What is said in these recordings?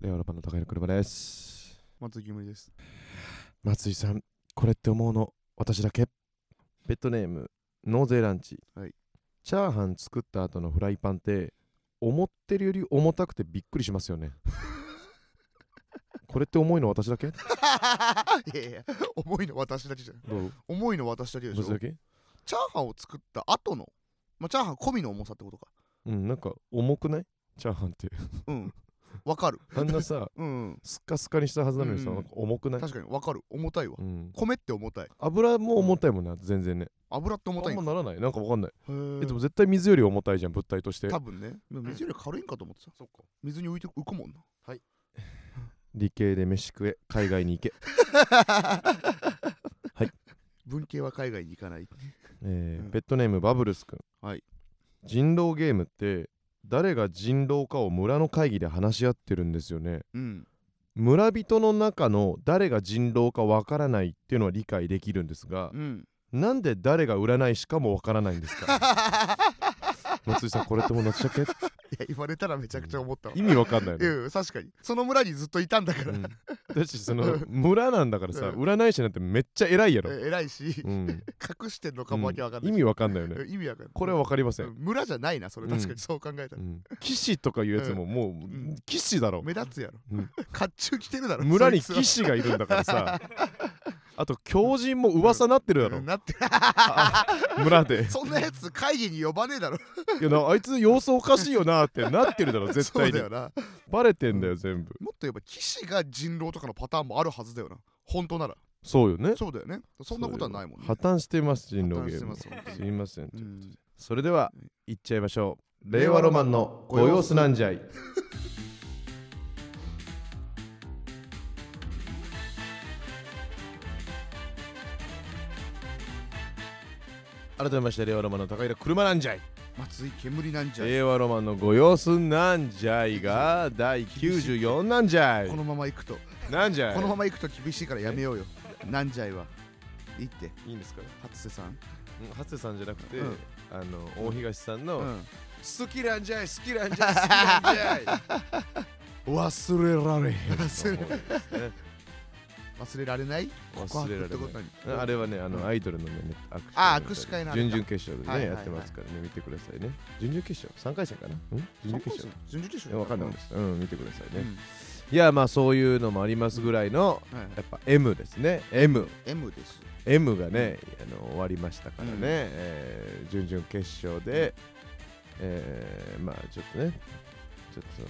レオロパの高いの車です。松木無理です。松井さん、これって思うの、私だけ。ペットネーム、ノーゼーランチ。はいチャーハン作った後のフライパンって、思ってるより重たくてびっくりしますよ ね。これって重いの私だけ いやいや、重いの私だけじゃん。どう重いの私だけでしょ私。だけチャーハンを作った後の、まあ、チャーハン込みの重さってことか。うん、なんか重くないチャーハンって。うん。わかる。あんなさ、うんうん。スッカスカにしたはずなのにさ、うんなんか重くない、確かにわかる。重たいわ。うん、米って重たい。油も重たいもんな、全然ね。油って重たいんあかんまならない。なんかわかんない。へえでもー絶対水より重たいじゃん、物体として。多分ね。でも水より軽いんかと思ってた。水に浮いて浮くもんな。 理系で飯食え、海外に行け。はい。文系は海外に行かない。えーうんペットネームバブルスくん、はい人狼ゲームって誰が人狼かを村の会議で話し合ってるんですよねうん。村人の中の誰が人狼かわからないっていうのは理解できるんですがうん。 なんで誰が占い師かもわからないんですか松井さんこれってもうなっちゃけいや、言われたらめちゃくちゃ思ったわ。意味わかんないよね、うん、確かに。その村にずっといたんだから。うんだしその村なんだからさうん占い師なんてめっちゃ偉いやろ、え偉いし、うん、隠してんのかもわけわかんない意し。味わかんないよね意味わかんない。これはわかりません、うん村じゃないな、それ確かうんにそう考えたうら。ん、騎士とかいうやつももう、ん騎士だろ目立つやろうん。甲冑着てるだろ。村にそい騎つ士がいるんだから さあと狂人も噂なってるだはろうんなって村でそんなやつ会議に呼ばねえだろ。いやなあいつ様子おかしいよなってなってるだ ろ絶そう対だによな。バレてんだよ全部もっと言えば、騎士が人狼とかのパターンもあるはずだよな。本当なら。そうよねそうだよね。そんなことはないもんね。破綻してます人破綻狼ゲしてームますす本当にいませんうんそれでは行っちゃいましょう令和ロマンのご様子なんじゃい改めまして令和ロマンの高平車なんじゃい松井煙なんじゃい。令和ロマンのご様子なんじゃいが第94なんじゃいこのまま行くと、なんじゃいこのまま行くと厳しいからやめようよ。なんじゃいは。いいって、いいんですかね初瀬さん。うん初瀬さんじゃなくて、うんあの大東さんの、うん好きなんじゃい好きなんじゃい好き なんじゃい忘れられへん 忘れと思うんですね忘れられない忘れられ告白ってなこいとにあれはねあうのんアイドルのね握手あー握手会のあれ準か々決勝でね、はいはいはいやってますからね見てくださいね準々決勝3回戦かなうん準々決勝準々決いや勝わかんないですうん見てくださいね、うんいやまあそういうのもありますぐらいのはいやっぱ M ですね M M です。 M がねあの終わりましたからね、うんえー準々決勝で、えーまあちょっとねちょっと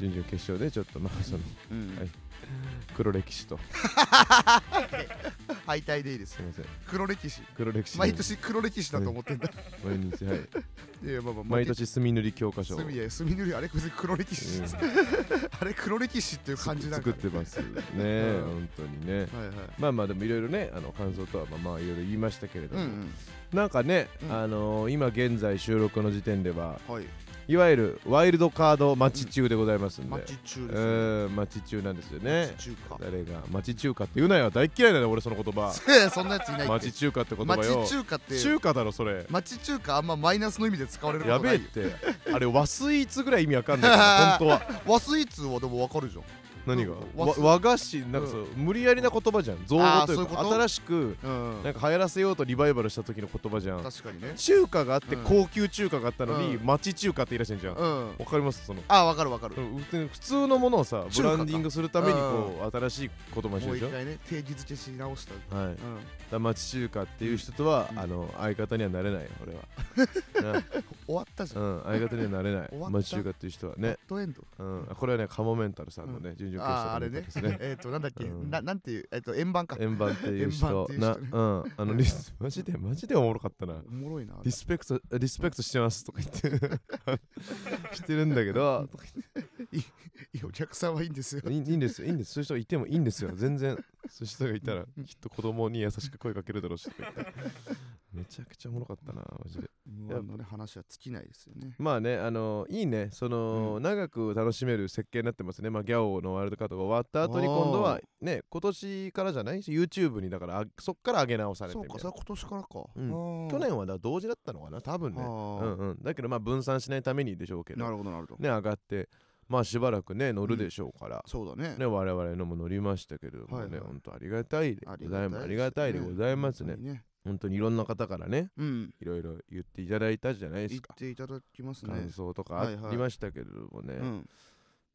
準々決勝でちょっとまあそのうんはい黒歴史と敗退でいいですす。いません黒歴史。黒歴史の毎年黒歴史だと思ってんだ。毎日はいいやいやまあまあ毎年墨塗り教科書を墨や墨塗りあれ別に黒歴史です。 あれ黒歴史っていう感じなん作かっら。てますね、うん本当にねはいはい。まあまあでもいろいろねあの感想とはまあまあいろいろ言いましたけれどうんも、うんなんかね、うんあのー今現在収録の時点でははい。いわゆるワイルドカード待ち中でございますんで、マッチ中うですね。ーん待ち中なんですよねマッチ中か。誰が町中華って言うなよ大っ嫌いだね俺その言葉 そんなやついないって。町中華って言葉よ町中華って。中華だろそれ町中華あんまマイナスの意味で使われるこやとべなえっいよ。てあれ和スイーツぐらい意味わかん ないから本当は和スイーツはでもわかるじゃん。何が和わ和菓子なんかそう、無理やりな言葉じゃん造語というあーそういうこかと新しくうんなんか流行らせようとリバイバルした時の言葉じゃん確かにね。中華があってうん高級中華があったのに、うん町中華っていらっしゃるじゃんわ、うん。かりますそのあ、わかるわかる。うん普通のものをさブ中華ラかンディングするためにこう新しい言葉にしてもるでしう一ょ回ね、定義付けし直した。はいうん。だから町中華っていう人とは、うんあの相方にはなれないよ俺は、ね終わったじゃん。 うん、相方にはなれない終わった町中華っていう人はバねッ、ドエンド。うん、これはねカモメンタルさんのね、準々決ああー、あ勝れのネねタです。ねえっと、なんだっけ、うんななんていう、えっと、円盤か。円盤っていう 円人盤っていうな人うねんあのリスマジでマジでおもろかったなおもろいな。あれリスペクトリスペクトしてますとか言って してるんだけどいやお客さんはいいんですよ。いいいんですよいいんですそういう人いてもいいんですよ全然そういう人がいたらうんきっと子供に優しく声かけるだろうしとか言ってめちゃくちゃおもろかったなマジで無音のね、話は尽きないですよね。まあね、あのいいね、その、う長く楽しめる設計になってますね。まあ、ギャオのワールドカップが終わった後に、今度はあね、今年からじゃない ?YouTube に、だから、あそっから上げ直されてそうみたか、いそれなは今年からか。うんあー去年はだ同時だったのかな多分ね。あうーんうん。だけど、まあ、分散しないためにでしょうけど、なね、るほど、なるほど。上がって、まあしばらくね乗るでしょうから、そうだねね我々のも乗りましたけれどもね、はいはい本当ありがたいでありございがたいですますありがたいでございますね本当にね本当にいろんな方からねうんいろいろ言っていただいたじゃないで言すっかていただきますね感想とかはいはあいりましたけれどもね、うん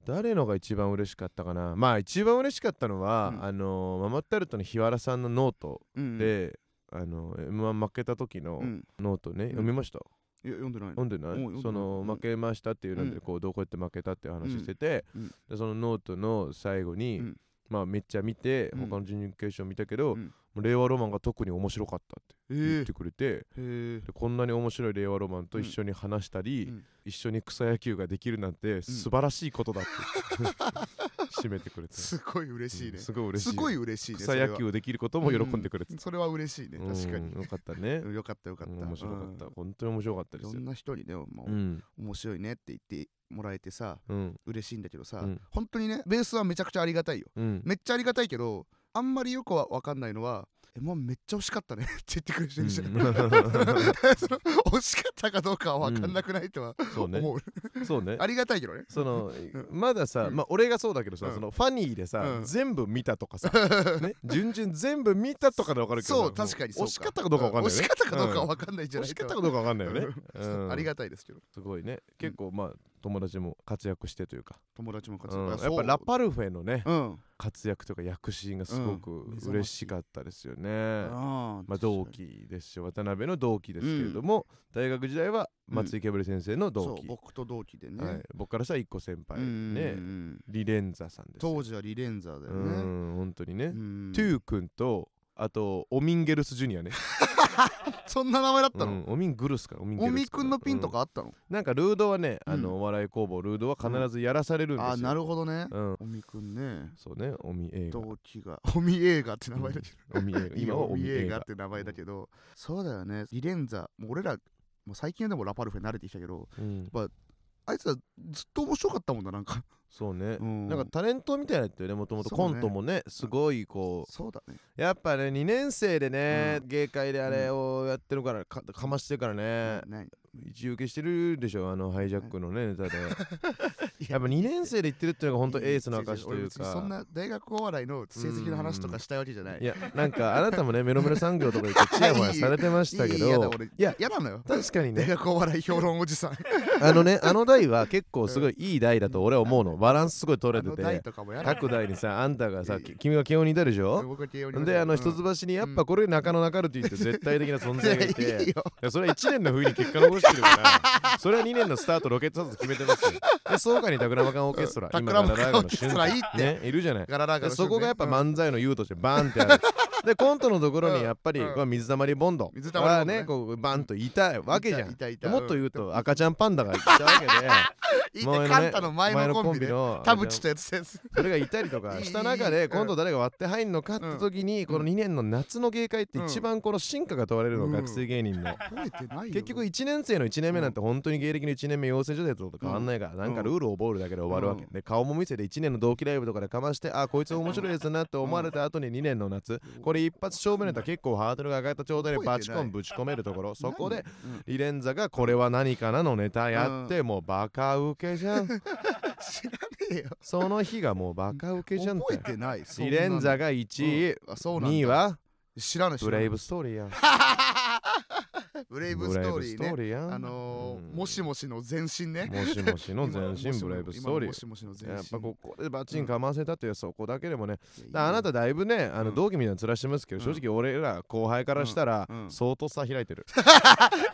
誰のが一番嬉しかったかなまあ一番嬉しかったのは、うんあのーママタルトの日原さんのノートうんで、あの m 1負けた時のうんノートね、読みましたいや読んでないの読んでなうん読んでないいそのうん負けましたっていうのうでんこうどうこうやって負けたっていう話してて、うんうんでそのノートの最後に、うんまあめっちゃ見てうん他の準々決勝見たけど、うんもう令和ロマンが特に面白かったってえ言っーてくれて、へえでこんなに面白い令和ロマンと一緒に話したり、うん一緒に草野球ができるなんて素晴らしいことだって、 締めてくれてすごい嬉しいうんねすごい嬉しいすごい嬉しいね草野球をできることも喜んでくれてた、それは嬉しいねうん確かによかったねうんよかったよかった面白かった、うん本当に面白かったいでろすよんな人にね、まあうん面白いねって言ってもらえてさうん嬉しいんだけどさ、うん本当にねベースはめちゃくちゃありがたいようんめっちゃありがたいけどあんまりよくは分かんないのは「えもうめっちゃ惜しかったね」って言 ってくれてるじゃん、うんその惜しかったかどうかは分かんなくないとは そうね思う、そうねありがたいけどねそのんまださ、うんまあ俺がそうだけどさ、うんそのファニーでさ、うん全部見たと かさ、ね、順々全部見たとかで分かるけどさそう確かにそう惜しかったかどうか分かんないよ惜ねしかったかどうかは分かんないじゃ惜ないしかったとかどうか分かんないよね、うんありがたいですけどすごいね結構まあ友達も活躍してというか、友達も活う躍んやあっそうぱラパルフェのねうん活躍というか躍進がすごくうん目覚ましい嬉しかったですよね、あまあ、同期ですし渡辺の同期ですけれども、大学時代は松井ケブリ先生の同そう期、僕と同期でね、はい、僕からしたら一個先輩うんうんうねんリレンザさんですよ当時はリレンザーだようねん本当にね、うんトゥー君とあとオミンゲルスジュニアね、そんな名前だったうの、んオミングルスかオミンゲルスおみくんのピンとうかあったの、んなんかルードはねあうのお笑い工房ルードは必ずやらされるんですよ、ああなるほどね、うん、おみくんねそうね、オミ映画。同期が おみ映画って名前だけど、オ ミ映画。今はおオみミ映映画っ画。て名前だけど、そうだよねリレンザもう俺らもう最近はでもラパルフェ慣れてきたけどうん、あいつらずっと面白かったもんだなんか、そうねう。ん、なんかタレントみたいなってね、もともとそうコねントもね、すごいこそうだねう、やっぱね、2年生でねう、芸会であれをやってるから、かかましてるからね、ない一受けしてるでしょ、あのハイジャックのね、ネタ で。いやっぱ2年生で言ってるっていうのが本当エースの証という違う違う俺別にそんか。な大学お笑いの成績の話とかしたいわけじゃないいや、なんかあなたもね、メロメロ産業とか行って、チヤホヤされてましたけいいいいやだど俺、いや、嫌なのよ確かにね 大、学お笑い評論おじさんあのね、あの台は結構すごいいい台だと俺は思うの。バランスすごい取れあての代て。とかもやら各台にさ、あんたがいさ、やいやき君が慶応にいたでしょ僕は慶応にで、あの一うん橋にやっぱこれ中野中るって言って絶対的な存在がいいやいいて。よいやそれは1年の冬に結果残してるから、それは2年のスタートロケットスタート決めてますよ。で、総にタクラマカンオーケストラ、タク今ラがマラカランオガーのケ瞬ストラいい間っ。ね、いるじゃない。ガララガでラそこがやっぱうん漫才の優としてバーンってある。で、コントのところにやっぱりうんこう水溜りボンド水溜りボンドがねね、こうバンといたわけじゃんい。たいたいたもっと言ううんと赤ちゃんパンダがいたわけ でいもうてねカンタの前のコンビでの田淵とやつですそれがいたりとかいいした中いいいいで今度誰が割って入んのかって時にこの2年の夏の芸会って一番この進化が問われるうのん学生芸人の覚えてないよ結局1年生の1年目なんて本当に芸歴の1年目養成所でと変わんないからなんかルールを覚えるだけで終わるわけうんで顔も見せて1年の同期ライブとかでかましてあこいつ面白いやつなって思われた後に2年の夏これ一発勝負ネタ結構ハードルが上がった状態でバチコンぶち込めるとこ ろそこでうんリレンザがこれは何かなのネタやってもうバカウケじゃ ん知らねえよその日がもうバカウケじゃんっ覚えててないそんリなのレンザが1位うんあそうなんだ2位は知らない知ブらなレイいブストーリーやブレイブストーリーブレイねブストやんあのーうんもしもしの前身ねもしもしの全身ブレイブストーリ今ーもしもしの前身やっぱここでバチンかませたっていうそこだけでもねいやいいだからあなただいぶねあうのん同期みたいなの面してますけどう正ん直俺ら後輩からしたらうんうん相当差開いてる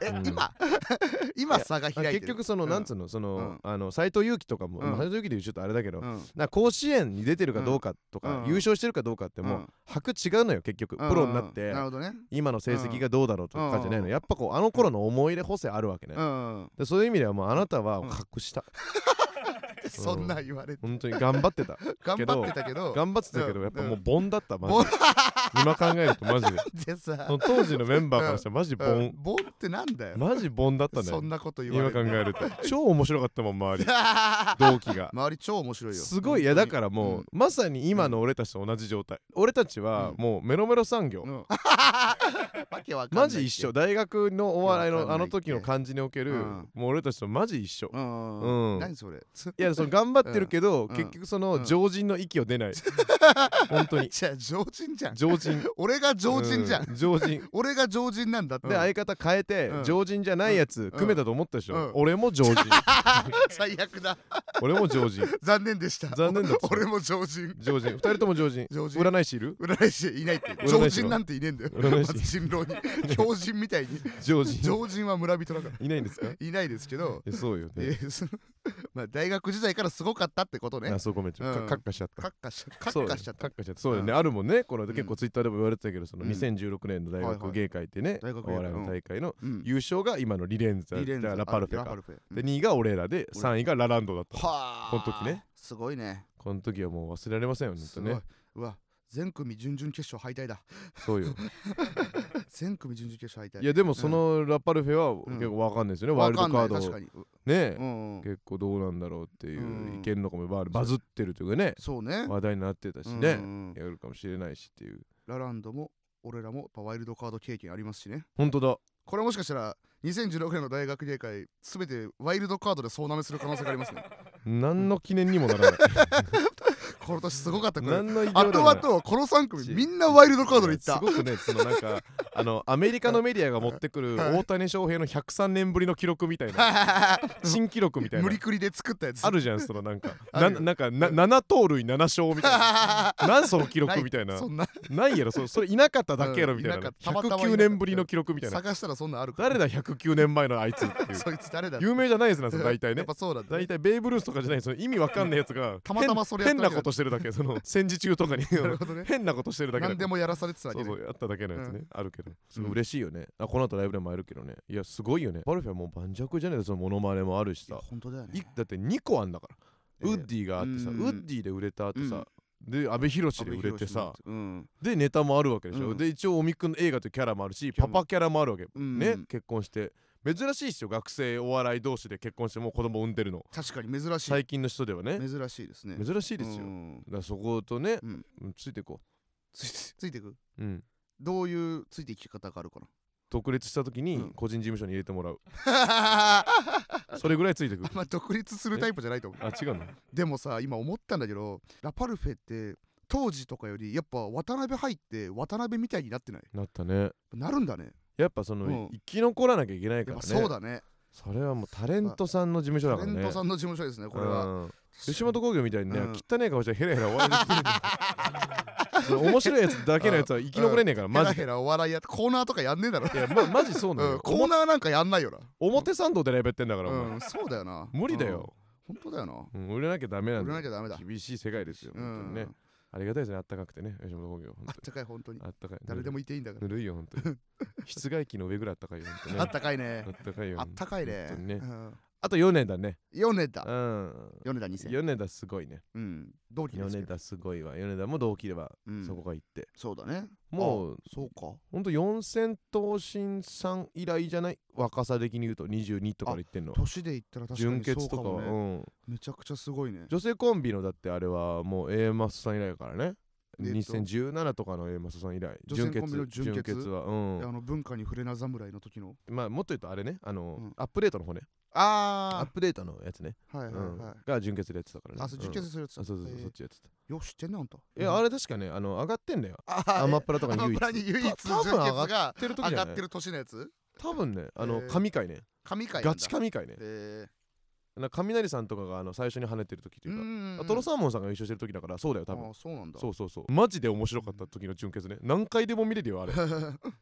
えうん今 今差が 開いてる結局そのうんなんつうのそのあの斎藤佑樹とかもうん斎藤佑樹で言うちょっとあれだけどうんな甲子園に出てるかどうかとうんかうん優勝してるかどうかってもううん箔違うのよ結局プロになっうんてなるほどね今の成績がどうだろうとかじゃないうんのやっぱこうあの頃の思い入れ補正あるわけねうんでそういう意味ではもうあなたは格下そんな言われて本当に頑張ってた頑けど張ってたけど頑張ってたけうどんやっぱもうボンだったマジボンで今考えるとマ ジででさその当時のメンバーからしたらマジボうんンボンってなんだよマジボンだったねそんなこと言わ今れ考てえると超面白かったもん 周り同期が周り超面白いよすごいいやだかららもううんまさに今の俺たちと同じ状態俺たちはうんもうメロメロ産 業わけわかんないマジ一緒大学のお笑いわのかあんないのって時の感じにおけるうんもう俺たちとマジ一緒うんうん何それいやそその頑張ってるけど、ん結局そうのん常人の息を出ない 本当にじゃあ常人じゃん常人俺が 常人じゃん、う常人俺が常人なんだって、で相方変えて、うん常人じゃないやつ、ん組めたと思ったでしょ、うん俺も常人 最悪だ俺も常人残念でした残念だった 俺も常人常人二人とも常人常人占い師いる占い師いないって占い師は常人なんていねえんだよ占い師まず人 狼に狂人みたいに常人常人は村人だかいないんですかいらいないですけど、やそうよえね、ーそのまあ、大学時代からすごかったってことねあそうごめんちょっとうんカッカしちゃったカッカしカッカしちゃったそうカッカしちゃったそうだよね、あるもんねこの間うん結構ツイッターでも言われてたけどそのうん2016年の大はいは学い芸会ってね、大学芸お会笑いの大会のうん優勝が今のリレンザリレンザラパルフェあラかフェうんで2位が俺らで俺3位がラランドだったはあこの時ねすごいねこの時はもう忘れられませんよねすほんごといねうわ全組準々決勝敗退だ そうよ全組準々決勝敗退いやでもそのラパルフェは結構わかんないですよね、ワイルドカードわかんない確ねかにうえうんうん結構どうなんだろうっていううん意見のかもまあバズってるというかねそうね話題になってたしうねんうんやるかもしれないしっていうラランドも俺らもやっぱワイルドカード経験ありますしね本当だこれもしかしたら2016年の大学芸会すべてワイルドカードで総なめする可能性があります ね何の記念にもなら ないこの年すごかったこれ何の意義あもなとらあないとこの3組みんなワイルドカードでいっすたごくねそのなんかあ のアメリカのメディアが持ってくるはい大谷翔平の103年ぶりの記録みたいな 新記録みたいな無理くりで作ったやつあるじゃんそのなんかあなるよなんかな7盗塁7勝みたい ななんその記録みたいなそんなないやろそそれいなかっただけやろみたいうんいななかったたまたまいなかった109年ぶりの記録みたいな探したらそんなんあるから誰だ109年前のあいつ っていうそいつ誰だ有名じゃないですなその大体やねっぱそうなんだ大体ベーブ・ルースとかじゃないその意味わかんないやつが たまたまそれや変った変なことしてるだけ その戦時中とかになるほどね変なことしてるだけ何だでもやらされてたわそけうねそうやっただけのやつね、うあるけどすうんごい嬉しいよね、あこの後ライブでも会えるけどねいやすごいよねパルフェはもう盤石じゃねえかそのモノマネもあるしいやさ本当だよいねだって2個あんだから、ええウッディがあってさ、うんウッディで売れた後さ、で阿部寛で売れてさうんでネタもあるわけでしょ、うんで一応おみくんの映画というキャラもあるしパキャラもパキャラもあるわけ、うんね結婚して珍しいっすよ学生お笑い同士で結婚してもう子供産んでるの確かに珍しい最近の人ではね珍しいですね珍しいですよ、うだかんらそことね、うんうんついていこついてついてくう、うん、どういうついていき方がある かな独立した時うにん個人事務所に入れてもらう、それぐらいつい てくる まあ独立するタイプじゃないと思うあ違うのでもさ今思ったんだけどラパルフェって当時とかよりやっぱ渡辺入って渡辺みたいになってないなったねなるんだねやっぱその、うん生き残らなきゃいけないかやっらねぱそうだねそれはもうタレントさんの事務所だタかレらねントさんの事務所ですねこれはうん吉本興業みたいにね、うん汚ねえ顔してヘラヘラ笑いに来てるんだよ その面白いやつだけのやつは生き残れねえからヘマラ ジでヘラお笑いやってコーナーとかやんねえだろいや、ま、マジそうなのうよん、コーナーなんかやんないよなおも表参道でライブやってんだから、お前うん、そうだよな。無理だよ、うん。本当だよな。うん売れなきゃダメなん売だらよなきゃダメだ。厳しい世界ですよ、本当にね、うんありがたいですねあったかくてね吉本興業本あったかい、本当に当。にあったかい誰でもいていいんだかぬるいよ本 当に室外機の上ぐらいあったかいよ本当にら。ねあったかいねあ。ったかいよあったかいね本当。にねうんあと4年だね米う田。ん米田2000。米田すごいねうん。同期です米けど。田すごいわ米田も同期ではうんそこが行って、そうだね。もうそうか。ほんと4000頭身さん以来じゃない若さ的に言うと22とかで行ってんの年で言ったら確か純にそ潔うかとかもはね。うんめちゃくちゃすごいね。女性コンビのだってあれはもう A マスさん以来だからねえっと2017とかの A マスさん以来女性コンビの純純潔潔はうあんの文化に触れな侍の時の。まあもっと言うとあれねあの、うんアップデートの方ねアッあプデートのやつね、あ。はいはいうはんい。が純潔でやってたからねあ、そう、受験するやつうんだ。あそうそうそう、へえそっちやってたよし、知ってんね、あんた。いや、あれ確かね、あの、上がってんだよ。あアマプラとかにア唯一。マプラに唯一た多純分上が潔ってるが時上じがゃっないてる年のやつ多分ね、あの、へー神回ね。神回なんガだチ神回ね。へな雷さんとかが、あの、最初に跳ねてる時とえういうか、んあトロサーモンさんが優勝してる時だから、そうだよ、多あ分。あそうなんだそうそうそう。マジで面白かった時の純潔ね。何回でも見れるよ、あ れ。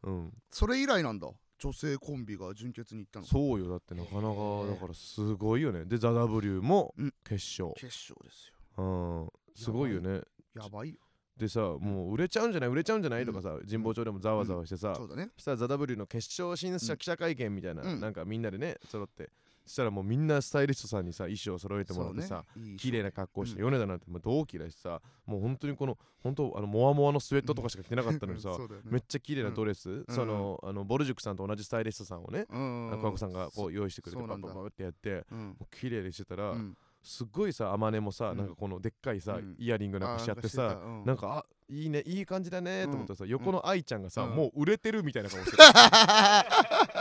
うん。それ以来なんだ女性コンビが純潔に行ったのそうよ、だってなかなか、だからすごいよね。で、ザ・ W もうん決勝。決勝ですようん。すごいよね。やばいよでさ、もう売れちゃうんじゃない売れちゃうんじゃないとかさ、神保町でもざわざわしてさそ、うだねしたら「ザ・ w の決勝審査うん記者会見みたいな、うんなんかみんなでね揃ってしたらもうみんなスタイリストさんにさ衣装揃えてもらってさ、そうねいい綺麗な格好して、う米田なんてもう同期だしさもう本当にこの本当あのモワモワのスウェットとかしか着てなかったのにさ、うんそうだよねめっちゃ綺麗なドレス、そのあのボルジュクさんと同じスタイリストさんをね、うんあの桑子さんがこう用意してくれてそうバなンんバだンバンってやってうんもう綺麗にしてたら、うんすっごいさあまねもさ、うんなんかこのでっかいさ、うんイヤリングなんかしちゃってあさ、なんかしてたうんなんかあいいねいい感じだねと思ったらさ、横うんの愛ちゃんがさ、うんもう売れてるみたいな 顔してる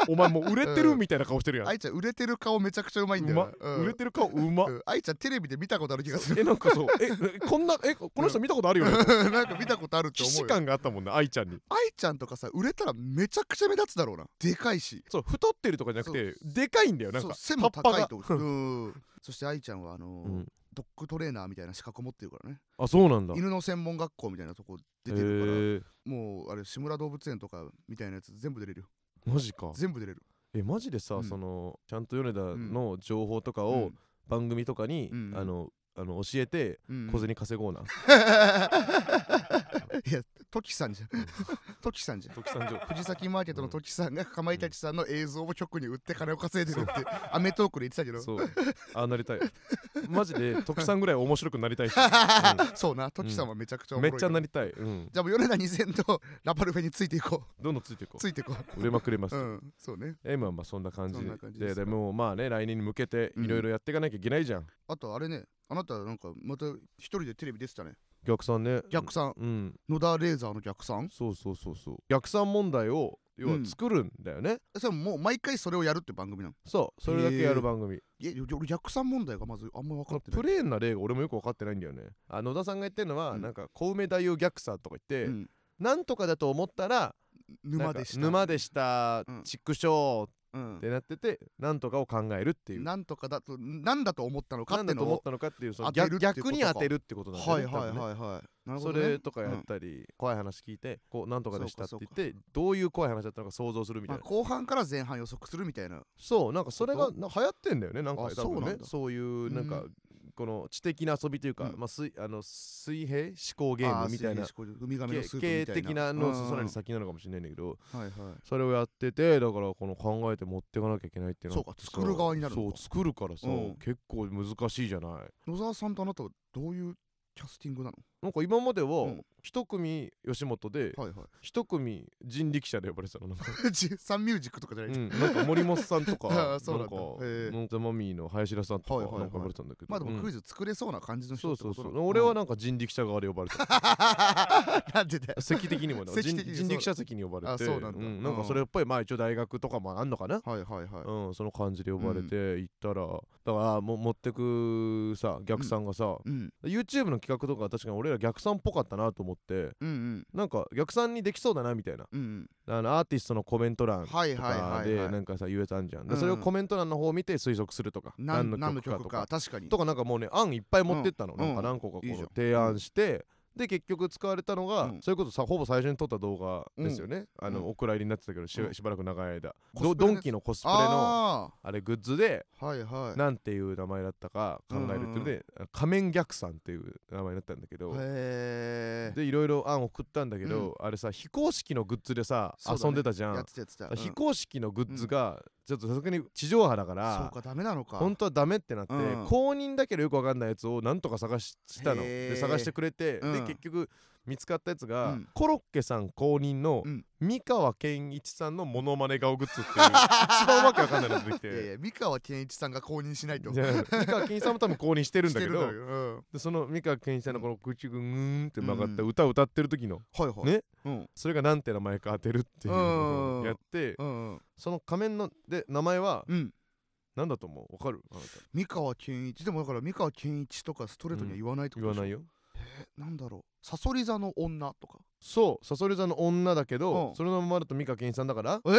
お前もう売れてるみたいな顔してるやん、愛ちゃん売れてる顔めちゃくちゃうまいんだよな、うん売れてる顔うまっうん愛ちゃんテレビで見たことある気がするえなんかそうええこんなえこの人見たことあるよねなんか見たことあるって既視思うよ感があったもんな愛ちゃんに愛ちゃんとかさ売れたらめちゃくちゃ目立つだろうなでかいしそう太ってるとかじゃなくてでかいんだよなんそうか背も高い葉っとうんそして愛ちゃんはあのぱーがうんドッグトレーナーみたいな資格を持ってるからねあそうなんだへ犬の専門学校みたいなとこ出てるかえら、もうあれ志村動物園とかみたいなやつ全部出れるよマジか全部出れるえマジでさ、うんそのちゃんと米田の情報とかを、番組とかに、うんあのあの教えてうんうん小銭稼 ごうな、いやトキさんじゃん トキさんじゃん特産上藤崎マーケットのトキさんがかまいたちさんの映像を局に売って金を稼いでるってアメトークで言ってたけ どそうああなりたいマジ で特産ぐらい面白くなりたいし、そうなトキさんはめちゃくちゃうおんもめっろいちかゃらなりたい、うん、じゃあもう米田2000とラパルフェについていこどんどんついていうこついていこうう売れまくれます、うんそうね M はまあそんな感じそんでな感じでですかもうまあね来年に向けていろいろやっていかなきゃいけないじゃん、あとあれねあなたなんかまた一人でテレビ出てたね逆算ね逆算うん、うん野田レーザーの逆算そうそうそうそう逆算問題を要はうん作るんだよね、えそれもう毎回それをやるって番組なのそうそれだけやる番組いや俺逆算問題がまずあんま分かこのってないプレーンな例が俺もよく分かってないんだよねあ野田さんが言ってるのは、うんなんか小梅太夫逆さとか言って、うんなんとかだと思ったら沼でしなたんか沼でしたうん畜生うんってなっててなんとかを考えるっていうなんとかだとなんだと思ったのかなっんてだとの思っをたのかっていうその当てる逆ってことか逆に当てるってことなんだよはね多分いはいねはいはいなるほそどねれとかやったり怖い話聞いてこうなんとかでしたってそう言かってどういう怖い話だったのか想像するみたまいあな後半から前半予測するみたいなそうなんかそれがこな流行ってんだよねなんかあ多そう分なねんだそういうなんかうこの知的な遊びというかうんまあ水あの水平思考ゲームみたいなあー水平思考ウミガメのスープみた系いな的なのさらにさ先なのかもしれないんだけどはいはいそれをやっててだからこの考えて持っていかなきゃいけないってなってそうかさ作る側になるのそうか作るからさ、うん結構難しいじゃない野沢さんとあなたはどういうキャスティングなのなんか今までうはん一組吉本ではいはい 一組人力車で呼ばれてたのなんか,、サンミュージックとかじゃうない、ん、なんか森本さんとか あーそうななんんかだへーモンタマミーの林田さんとはいかはいはなんいか呼ばれてたんだけど、まあでうもんクイズ作れそうな感じのそ人うってそこうとそなのう俺はなんか人力車側で呼ばれてた なんでだよ席的にもね席人的に人力車席に呼ばれてあそうなんだなんかそれっぽいまあ一応大学とかもあんのかなはいはいはい、うん、その感じで呼ばれて行ったら、だからも持ってくさ逆算がさ、うん、 YouTube の企画とか確かに俺ら逆算っぽかったなと思ってうんうんなんか逆算にできそうだなみたいなうんあのアーティストのコメントうん欄とはいはいかはい、ではないんかさ言うやつあんじゃん、でうんうんそれをコメント欄の方を見て推測するとかなん何何のの曲か曲とかか確かにとかなんかもうね案いっぱい持ってったの、うんなんか何個かこういいじゃん提案してで結局使われたのが、うんそれこそさほぼ最初に撮った動画ですよね、あうのんお蔵入りになってたけどし,、うんばらく長い間コドスプレのやつドンキのコスプレのああれグッズであはいはいなんていう名前だったか考えるっていうので仮面逆算っていう名前だったんだけどへえでいろいろ案送ったんだけどあれさ非公式のグッズでさそうだね遊んでたじゃやっんてたやってた、非公式のグッズがちょっとさすがに地上波だかうんそうらかダメなのか本当はダメってなってうん公認だけどよくわかんないやつをなんとか探したのへーで探してくれてでうん結局見つかったやつがうんコロッケさん公認のうん三河健一さんのモノマネ顔グッズって いう一番わけわかんないのが出てきいやいて。や三河健一さんが公認しないとじゃあ三河健一さんも多分公認してるんしてだけるのどよ、うん、でその美川憲一さんのこの口ぐんって曲がったうん歌を歌ってる時のはいはいねうんそれがなんて名前か当てるっていうのをうんやってうんうんその仮面ので名前はうん何だと思うわかるあなた三河健一でもだから三河健一とかストレートには言わないってこ言とわでしょ、ないよなんだろうサソリ座の女とかそうさそり座の女だけうどんそれのままだと美川憲一さんだからえ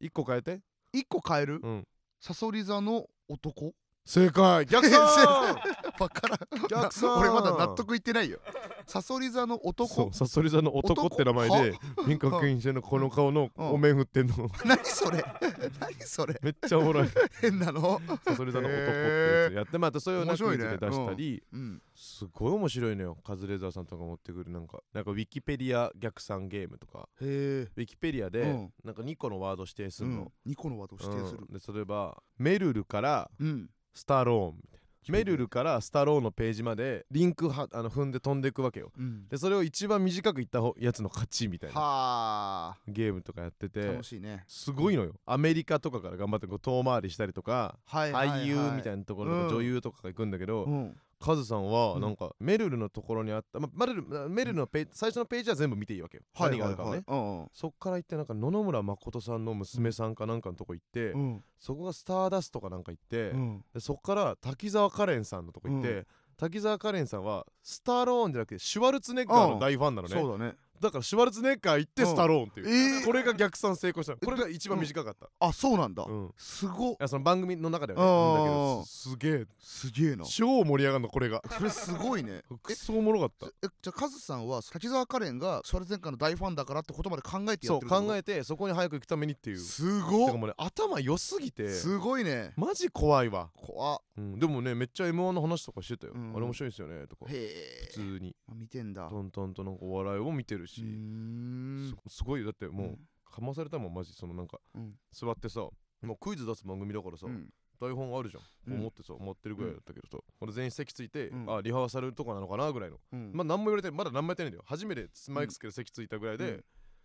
一個変えて一個変える、うんサソリ座の男正解逆算バからん逆算俺まだ納得いってないよサソリ座のそ男うさそり座の男って名前で美川憲一さんのこの顔のうんお面振ってんの 何それ 何それめっちゃおもろいさ変なのそり座の男ってやつやってまたそれをな面クイズ白いねで出したりうんすごい面白いのよカズレーザーさんとか持ってくるなんかなんかウィキペディア逆算ゲームとかへえウィキペディアでうんなんか2個のワード指定すうるんの、、 2個のワードを指定するうんで例えばメルルからうん、スタローンみたいなメルルからスタローンのページまでリンクはあの踏んで飛んでいくわけようん、でそれを一番短くいった方やつの勝ちみたいなはあゲームとかやってて楽しいねすごいのよアメリカとかから頑張ってこう遠回りしたりとかはいはい、はい、俳優みたいなところとかうん女優とかが行くんだけど、うんカズさんはうんなんかメルルのところにあった、まあマルルメルルのページ最初のページは全部見ていいわけよ、何があるかはね、うんうんそっから行ってなんか野々村誠さんの娘さんかなんかのとこ行って、うんそこがスターダストかなんか行って、うんでそっから滝沢カレンさんのとこ行って、う滝沢カレンさんはスタローンじゃなくてシュワルツェネッガーうんの大ファンなのね、そうだねだからシュワルツェネッガー行ってスタローンっていう、ええこれが逆算成功したのこれが一番短かった、あそうなんだうんいすごっやその番組の中ではねなあーんだけどすすげえすげえな超盛り上がるのこれがそれすご いねくっそおもろかったえじゃあカズさんは滝沢カレンがシュワルツェネッガーの大ファンだからってことまで考えてやそっうてる考ええてそこに早く行くためにっていうすてごかっもうね頭良すぎてすごいねマジ怖いわ、怖っうん、でもねめっちゃ M1 の話とかしてたよ、うんあれ面白いですよねとか普へ通えに見てんだう淡々となんかお笑いを見てるーし、んすすごいよだってもう、うんかまされたもんマジそのなんかうん座ってさもうクイズ出す番組だからさ、うん台本あるじゃん、うん思ってさ持ってるぐらいだったけどさ、俺全員席ついて、うんあリハーサルとかなのかなぐらいの、うんまあ何も言われてまだ何もやってないんだよ初めてマイクつけて席ついたぐらいで、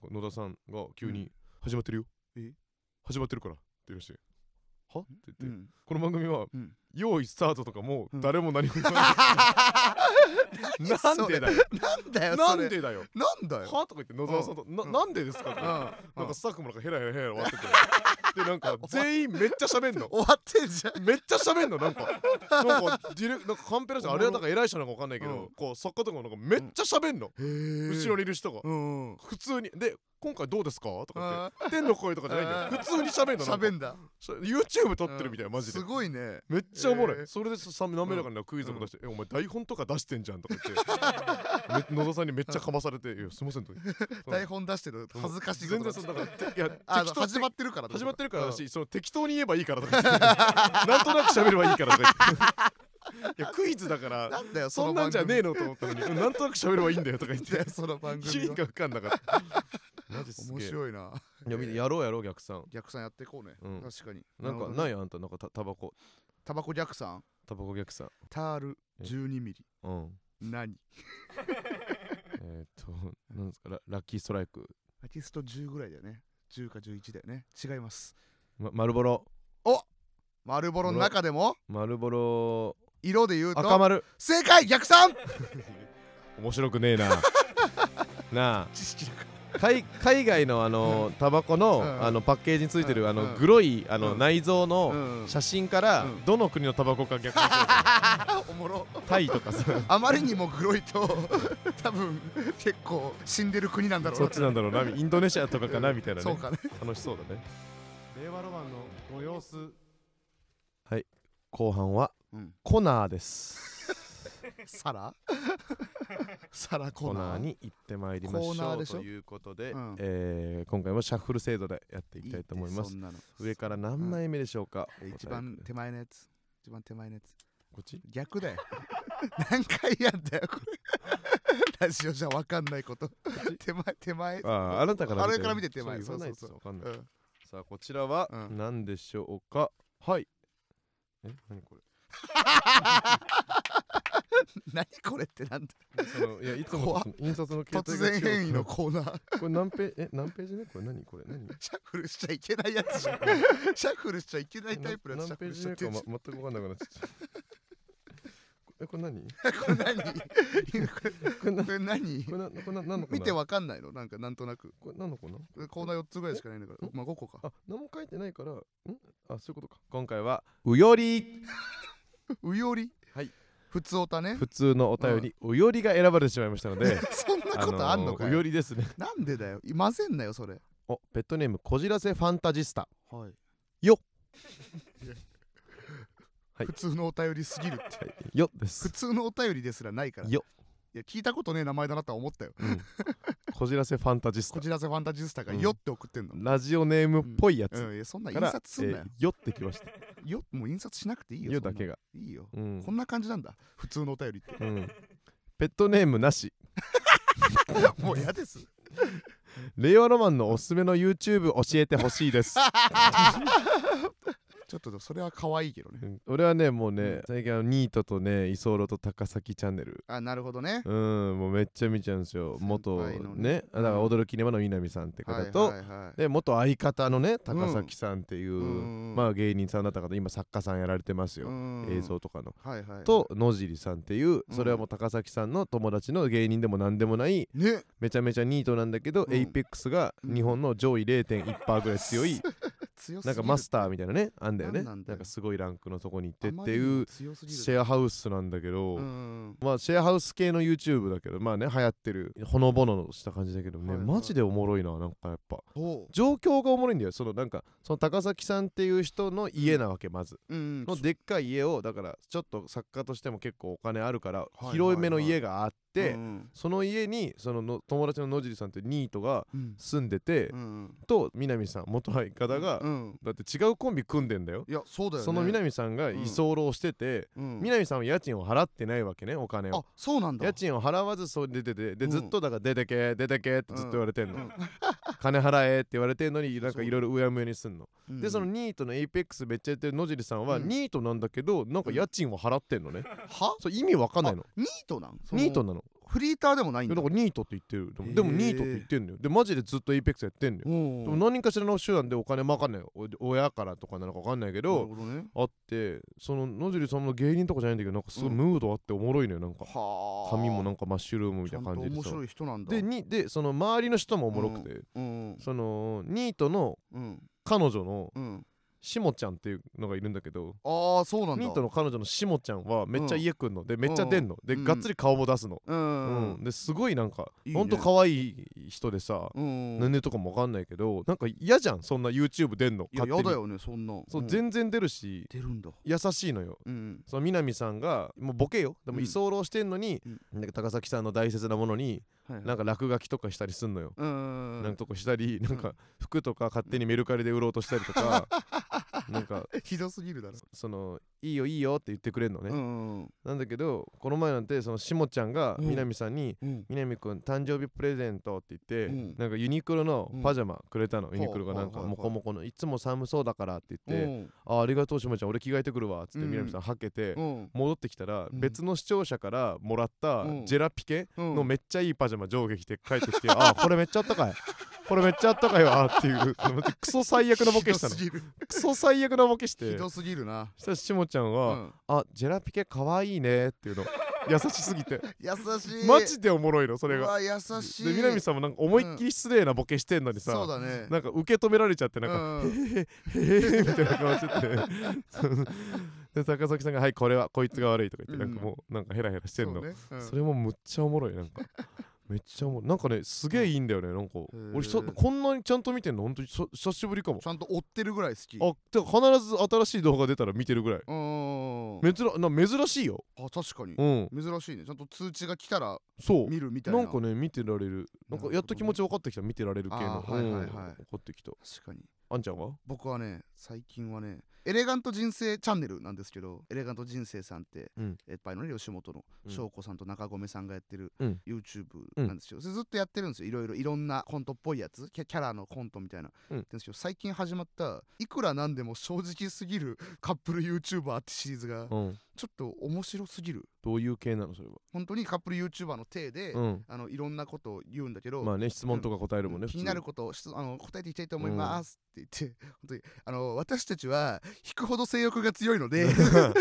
野田さんが急に「始まってるよ、え始まってるから」って言いまして「は?」って言って、 うんこの番組はうん「用意スタート」とかもう誰も何 も言わない、な何んでだよよなんだよなそんれでだよなんだよはとか言って野沢さんと「なうんなんでですか?」ってうん言って。なんうんかスタッフもなんかヘラヘラヘラ笑ってて でなんか全員めっちゃ喋んの終わってんじゃんめっちゃ喋んのなんかなんかディレなんかカンペラ人あれはだから偉い人なのかわかんないけど、うんこう作家とかもなんかめっちゃ喋んの、 後後ろににいる人が、うんうん普通にで今回どうですかとかあって天の声とかじゃないんだようん普通に喋んのなんか喋んだそ YouTube 撮ってるみたいなマジですごいねめっちゃおもろい、えーそれでさ滑らかになクイズとか出して「えお前台本とか出してんじゃん」とか言って め野田さんにめっちゃかまされて「いやすいません」とか言ってうん台本出してる恥ずかしい全然そそんなからいやあ適当始まってるから始まってるからだうんし、その適当に言えばいいからとか言ってなんとなく喋ればいいからとか言って いやクイズだからなんだよそんなんじゃねえのと思ったのになんとなく喋ればいいんだよとか言っえだてよその番注意組はが浮かんなかったマジす面げえ白いないやみんなやろうやろう逆算逆算やっていこうねうん確かになんるかほどねないあんたなんかたタバコタバコ逆算タバコ逆算タールえ12ミリうん何えーっと なんですかララッキーストライクアーティスト10ぐらいだよね10か11だよね違いますま丸ボロ丸ボロの中でも丸ボロ色で言う赤と丸正解逆算面白くねえな なあ知識だか海海外のあのタバコの,、うんあのパッケージについてる、うんあのうんグロいあの、うん内臓らの写真から、うんどの国のタバコか逆にしてるおもろ タイとかさあまりにもグロいと多分結構死んでる国なんだろうそなっちなんだろうなインドネシアとかかなみたいなそうねかね楽しそうだね令和ロマンのご様子はい後半はうんコナーです サラサラココーナーナーに行ってまいりましょコうーナーでしょということで、うんえー今回もシャッフル制度でやっていきたいと思いまってすそんなの上から何枚目でしょうか、え一番手前のやつ一番手前のやつこっち逆だよ 何回やんだよこれ ラジオじゃ分かんな いこと手前手前あ ああなたからあれから見て手前そう言わないそうとわかんないうんさあこちらはうん何でしょうか、はいえ何こ何これってなんだれそのいやいつも怖っと印刷の携突帯が違う然変異のコーナーこれ何ページえ何ページねこれ何これ何 シャッフルしちゃいけないやつじゃん シャッフルしちゃいけないタイプのやつシ何ャッフペールしジちゃ目っか、てんじまゃん、全く分かんなくなっちゃ ったえこれ何ここれ何れ なこ これれな何これな何のコーナー見てわかんないのなんかなんとなくこれ何のコーナーコーナー4つぐらいしかないんだからまあ5個かあ何も書いてないからんあそういうことか今回はうよりうよりはい普通おたね普通のお便り、うよりが選ばれてしまいましたの で そんなことあんのかうよよりですねなんでだよ混ぜんなよそれ おペットネームこじらせファンタジスタはいよはい普通のお便りすぎ るってはいよです普通のお便りですらないからよいや聞いたことねえ名前だなとは思ったようんこじらせファンタジスこタじらせファンタジスタがうんよって送ってんのラジオネームっぽいやつうんいやそんなか印ら、刷すんなよえーよってきましたよもう印刷しなくていいよよそんなだけが、いいようんこんな感じなんだ普通のお便りって うんペットネームなしもう嫌です 令和ロマンのおすすめの YouTube 教えてほしいですちょっとそれは可愛いけどねうん俺はねもうね、うん最近あのニートとね居候と高崎チャンネルあなるほどねうんもうめっちゃ見ちゃうんですよ先元輩のねねあだから驚きねばの南さんっては方いと、はいはいで元相方のね高崎さんっていう、うんまあ芸人さんだった方今作家さんやられてますよ、うん映像とかの。はいはいと野尻さんっていうそれはもう高崎さんの友達の芸人でも何でもないねめちゃめちゃニートなんだけど、うんエイペックスが日本の上位0.1%ぐらい強 い強すぎなんるかマスターみたいなねあんだよね何ななんんだよかすごいランクのとこに行ってあっまてりにいもう強すぎるシェアハウスなんだけど、うんまあシェアハウス系の YouTube だけどまあね流行ってるほのぼのした感じだけどね、はいはいマジでおもろいななんかやっぱおう状況がおもろいんだよそのなんかその高崎さんっていう人の家なわけまず、うんのでっかい家をだからちょっと作家としても結構お金あるからいはい広い目の家があって、うんその家にそのの友達の野尻さんってニートがうん住んでて、うんと南さん元相方が、うんだって違うコンビ組んでんだよいやそうだよねその南さんが居候してて、うん南さんは家賃を払ってないわけねお金をあそうなんだ家賃を払わずそう出ててで、うんずっとだから出てけ出てけってずっと言われてんの、うん 金払えって言われてんのになんそかういろいろうやむやにすんの、うんでそのニートのエイペックスめっちゃやってる野尻さんは、うんニートなんだけどなんか家賃を払ってんのね、はそう意味わかんないのニートなんそのニートなのフリーターでもないんだだからニートって言ってるでもでもへーニートって言ってんのよでマジでずっとエイペックスやってんのよおうでも何人かしらの手段でお金もわかんないお親からとかなのかわかんないけなるどほどねあってその野尻さんの芸人とかじゃないんだけどなんかすごいうんムードあっておもろいのよなんかはあ髪もなんかマッシュルームみちたゃいんなと感じで面さ白い人なんだでにでその周りの人もおもろくてうんそのニートのうん彼女のうんしもちゃんっていうのがいるんだけどああそうなんだニートの彼女のしもちゃんはめっちゃ家来んのでめっちゃ出んのでうんがっつり顔も出すのううんんですごいなんかいいねほんと可愛い人でさうん年齢とかもわかんないけどなんか嫌じゃんそんな YouTube 出んのいや勝手やにだよねそんなそう、ん全然出るし出るんだ優しいのようんその南さんがもうボケよでもうん居候してんのに、うんなんか高崎さんの大切なものにはいなんかか落書きとかしたりすんのよ、うんなんかとこしたりなんうか服とか勝手にメルカリで売ろうとしたりと か、なんかひどすぎるだろそのいいよいいよって言ってくれるのね、うんなんだけどこの前なんてそのしもちゃんがうん南さんにうん「南くん誕生日プレゼント」って言って、うんなんかユニクロのパジャマくれたの、んユニクロがなんかほうほモうほうコモコのいつも寒そうだからってう言ってん「あありがとうしもちゃん俺着替えてくるわ」っつってうん南さんはけて、うん戻ってきたらうん別の視聴者からもらったうんジェラピケうんのめっちゃいいパジャマ上下着て帰ってきて「あこれめっちゃあったかいこれめっちゃあったかいわ」っていうクソ最悪なボケしたのひどすぎるクソ最悪なボケしひてどそすぎるなしたらしもちゃんうはん「あジェラピケかわいいね」っていう の優しすぎて優しいマジでおもろいのそこれが。優しいで南さんもなんか思いっきり失礼なボケしてんのにそうさだねなんか受け止められちゃってなんかうん「へえ」みたいな顔して てで高崎さんが「はいこれはこいつが悪い」とか言ってなんかもうなんかヘラヘラしてんのそう。ねうんそれもむっちゃおもろいなん かめっちゃおもろいなんかねすげえいいんだよねなんかー俺そこんなにちゃんと見てんのほんとにそ久しぶりかもちゃんと追ってるぐらい好きあてか必ず新しい動画出たら見てるぐらいうん珍な珍しいよあ確かにうん珍しいねちゃんと通知が来たらそう見るみたいななんかね見てられるなんかなるほどねやっと気持ち分かってきた見てられる系のあーはいはいはいうん分かってきた確かにあんちゃんは僕はね最近はねエレガント人生チャンネルなんですけどエレガント人生さんって、うんえっぱいのね吉本のうん翔子さんと中込さんがやってるうん YouTube うんなんですけど、それずっとやってるんですよいろいろいろんなコントっぽいやつキャキャラのコントみたいな、うんやってんですけど最近始まったいくらなんでも正直すぎる カップル YouTuber ってシリーズがうんちょっと面白すぎるどういう系なのそれは本当にカップル YouTuber の体で、うんあのいろんなことを言うんだけど、まあね質問とか答えるもんねうん普気通になることを質あの答えていきたいと思いますって言って、 本当にあの私たちは引くほど性欲が強いので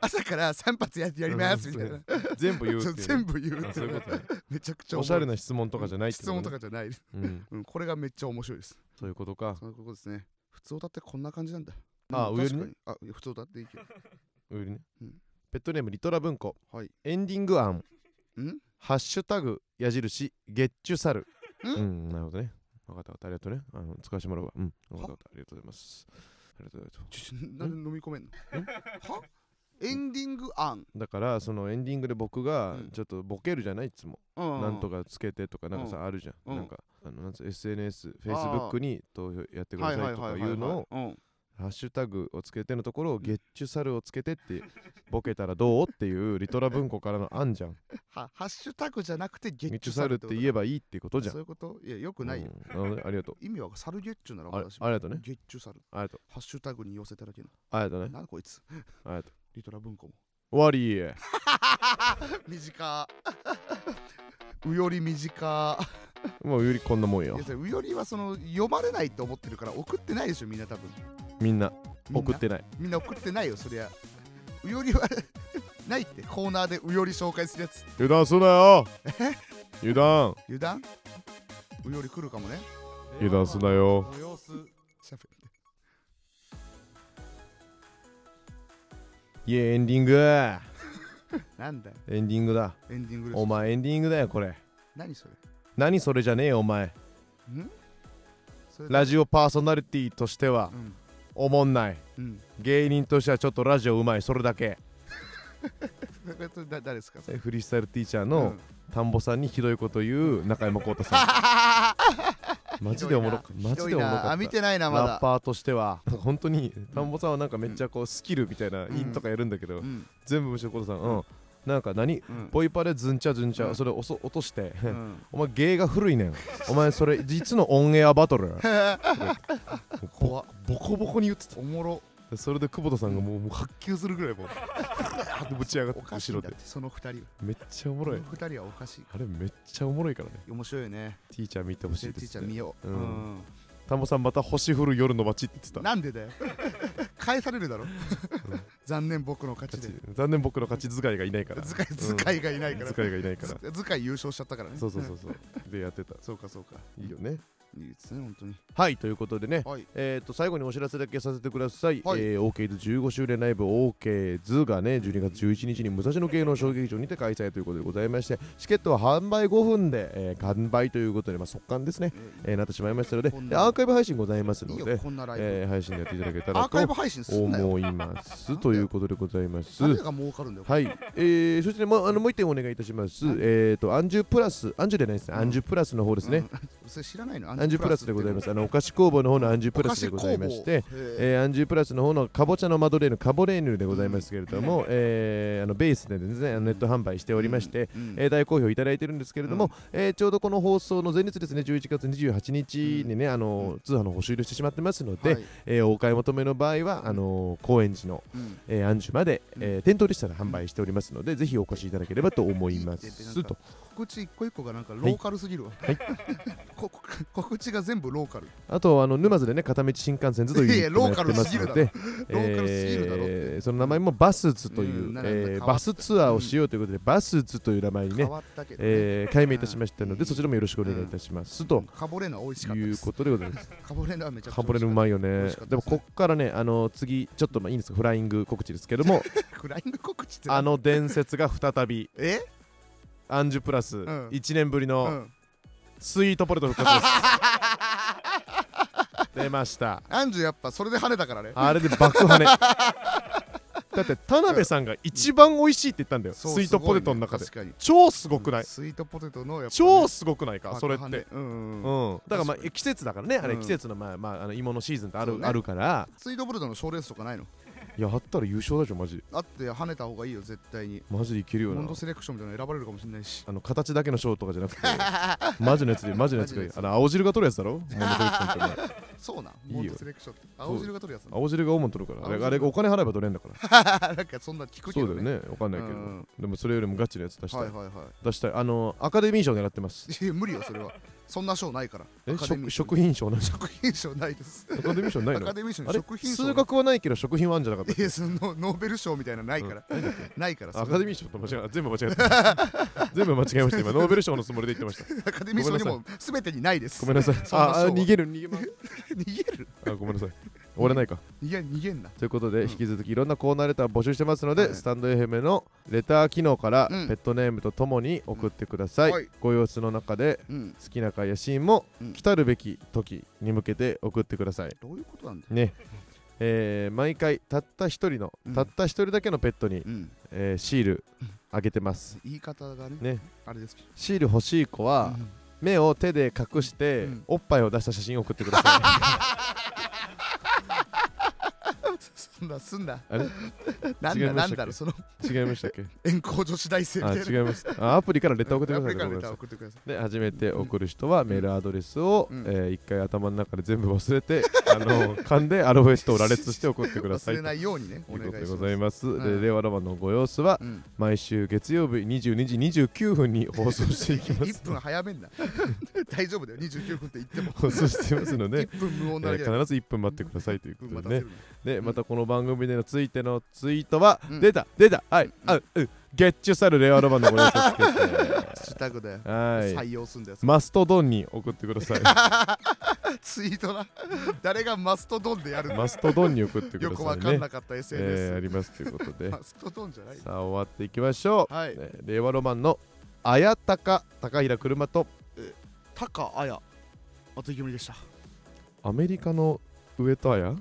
朝から3発やってやりますみたいな、全部言うってそいううね 全部言うあってそういいううこと ねめちゃくちゃおしゃれな質問とかじゃないって質ことね問とかじゃない、 うんうん、これがめっちゃ面白いですそういうことかそういうことですね普通歌ってこんな感じなんだあうん上に確かにあいや普通歌っていいけど上にねうんペットネームリトラ文庫はいエンディング案ん ハッシュタグ矢印月中猿。んうん、なるほどね。わかったわかった。ありがとうね。あの使わせてもらうわ。うん。わかったわかった。ありがとうございます。ありがとうございます。ちょなんで飲み込めんのはエンディング案、だからそのエンディングで僕がうんちょっとボケるじゃないいつも、うんなんとかつけてとかなんかさ、あるじゃん、うんなんかあのなんつう SNS あー Facebook に投票やってくだはいはさいいとはかいいはいうのをはいハッシュタグをつけてのところを、ゲッチュサルをつけてって、ボケたらどうっていうリトラ文庫からの案じゃん。はハッシュタグじゃなくてゲゲッッチチュュササルルって言えばばいいっていうことじゃん。そういうこといやよくないよ、うんなるほどねありが とう。意味はサルゲッチュならあれ私もありがとうね。ゲッチュサルありがとう。ハッシュタグに寄せただけのありがとうね。なんだこいつありがとう。リトラ文庫も終わりー。短 うより短もうよりこんなもんいよや。それうよりはその読まれないと思ってるから送ってないでしょみんな多分みんなみんな送ってない。みんな送ってないよそりゃうよりは ないってコーナーでうより紹介するやつ油断するなよ油断油断うより来るかもね油断すなよ。シャフいや、エンディングエなんだよンディングだ。エンディングですお前エンディングだよ、これ。何それ何それじゃねえよ、お前。んそれラジオパーソナリティとしてはう、んおもんない。うん 芸人としてはちょっとラジオうまい、それだけ。それそれだ誰ですかそれフリースタイルティーチャーうのん田んぼさんにひどいこと言う中山浩太さん。マジでおもろかひどいなマジでおもろひどいなかあっ見た。てないなまラッだパーとしては、本当に田んぼさんはなんかめっちゃこうスキルみたいな、んインとかやるんだけどう、ん全部むしろこさん、うん、なんか何うんボイパでズンチャズンチうャ、んそれおそ落として、うんお前芸が古いねん。お前それ、いつのオンエアバト ル怖っボコボコに言っておもろた。それで久保田さんがもうもう発急するぐらい もう狂ってぶち上がっておかしい後ろんだでって。その二人はめっちゃおもころのい。二人はおかしいあれめっちゃおもろいからね。面白いよねティーチャー見てほしいテでィーすチャー見ね。ようううんん田んぼさんまた星降る夜の街って言ってた。なんでだよ 返されるだろ残念僕の勝ちで残念僕の勝ち使いがいないから。図解図解がいないうんから図解がいない から。図解優勝しちゃったからねそうそうそうそう。でやってた。そうかそうかいいよね。いいですね本当にはい、ということでね。はいえー、と最後にお知らせだけさせてください、はいえー、OKZ15 周年ライブ OKZ がね12月11日に武蔵野芸能小劇場にて開催ということでございましてチケットは販売5分で、えー完売ということで、まあ、速乾ですね、えーなってしまいましたのでこんでなアーカイブ配信ございますいのいでよこんなライブえー配信でやっていただけたアらーカイとブ配信すんなよ思いますよということでございます誰が儲かるんだよはい、えー、そして、ま、あのもう一点お願いいたします、はいえー、とアンジュプラスアンジュじゃないですね、うんアンジュプラスの方ですね、うんそれ知らないのアンジュプラスでございますすあのお菓子工房の方のアンジュプラスでございましてえーアンジュプラスの方のかぼちゃのマドレーヌカボレーヌでございますけれども、えーあのベースでですねあのネット販売しておりまして、えー大好評いただいてるんですけれども、うんえーちょうどこの放送の前日ですね11月28日にね、あの通販の方終了してしまってますので、えーお買い求めの場合はあの高円寺の、えーアンジュまで、えー店頭でしたら販売しておりますのでぜひお越しいただければと思いまいいってなんすかと告知一個一個がなんかローカルすぎるわはい ここ告知が全部ローカルあとあの沼津でね片道新幹線ずっといやいやユニットもやってますのでローカルすぎるだろローカルすぎるだろってえーその名前もバスツという、うんなんか変わったえーバスツアーをしようということで、バスツという名前にね変、わったけどねえー改名いたしましたのうでんそちらもよろしくお願いいたします、とカボレーナ美味しかったいでうすことでございます。カボレーナはめちゃくちゃカボレルうまいよ美ね味しか。ったででもすこっからね、あの次ちょっとまあいいんですかフライング告知ですけど も、フライング告知ってあの伝説が再びえアンジュプラスん1年ぶりうのんスイートポテト復活です。出ました。アンジュやっぱそれで跳ねたからねあれで爆跳ね。だって田辺さんが一番美味しいって言ったんだよ、そうスイートポテトの中で。すごいね確超すごくかなにいスイートポテトのやっぱ超すごくないか、それって。爆跳ねうんううんん、だからま確かあ季節だからね、あれうん季節のまあまああの芋のシーズンってある,、そうねあるから、スイートポテトの賞レースとかないのいやあったら優勝だでしょマジ、あって跳ねた方がいいよ絶対にマジでいけるよモなンド。セレクションみたいなの選ばれるかもしれないしあの形だけの賞とかじゃなく て、マジのやつでマジのやつがいいマジのや。つあの青汁が取るやつだろ？モンドセレクションって お前そうなんいいよモンドセレクションって青汁が取るやつな青汁が主に取るから、あ青れ汁あれお金払えば取れんだから。のなんかそんな聞くけそどうだよねね、わかんないけどうん、でもそれよりもガチのやつ出したはいいはいは出したい。あのアカデミー賞狙ってます。いいや無理よそれはそんな賞ないからえアカデ食ミー食品賞なんじ食品賞ないです ゃん。アカデミー賞なアいのカ？デミー賞あにれ食品賞数学はないけど食品はあるんじゃなかったっいけ？やそのノーベル賞みたいなのないから、ないからアカデミーー賞と間違え全部間違えた 全部間違えました今ノーベル賞のつもりで言ってました アカデミー賞にごめんも全てにないですごめんなさいそんな賞あはあ逃げる逃げます 逃げるあごめんなさい終わらないかいや逃げんなということうでん引き続きいろんなコーナーレター募集してますのはでいスタンド FM のレター機能からうんペットネームとともに送ってくださいうんはいご様子の中でうん好きな回やシーンもうん来たるべき時に向けて送ってくださいどういうことなんだよねえー毎回たった一人のうんたった一人だけのペットにうんえーシールあげてます言い方がねねあれですけシール欲しい子どはうん目を手で隠して、うんおっぱいを出した写真を送ってくださそんなすんな あれなん違いだましたっけなんだろうその違いま したっけ遠行女子大生みたあいな違いますあアプリからレター送ってアくだプリかさらいねレごめんタなさーい送ってくださいで初めて送る人はメールアドレスを、うんえー一回頭の中で全部忘れてあの噛んでアルファベットを羅列して送ってくださ忘いれないようにねといおう願こいとしでますございます。うで、ん令和ロマンのご様子はうん毎週月曜日22時29分に放送していき ま1す。分早 めんな大丈夫だよ29分って言っても放送してますので、 1分無音えなーだけ必だからず1分待ってくださいという1分こ待とたでせねる。で、うんまたこの番組でのついてのツイートはうん、出た出たはういん、あ、うん、ゲッチュサル令和ロマンのご様子をつけハッて。シュタグだよは採用すん だよい。マストドンに送ってください。 ツイートな 誰がマストドンでやるのマストドンに送ってくだよくさわいかんね。なかったえー、あ SNS りますということで。マストドンじゃないさあ、終わっていきましょう。はいね令和ロマンの綾鷹高平車とタカアヤあとイケメンでしたアメリカの上戸彩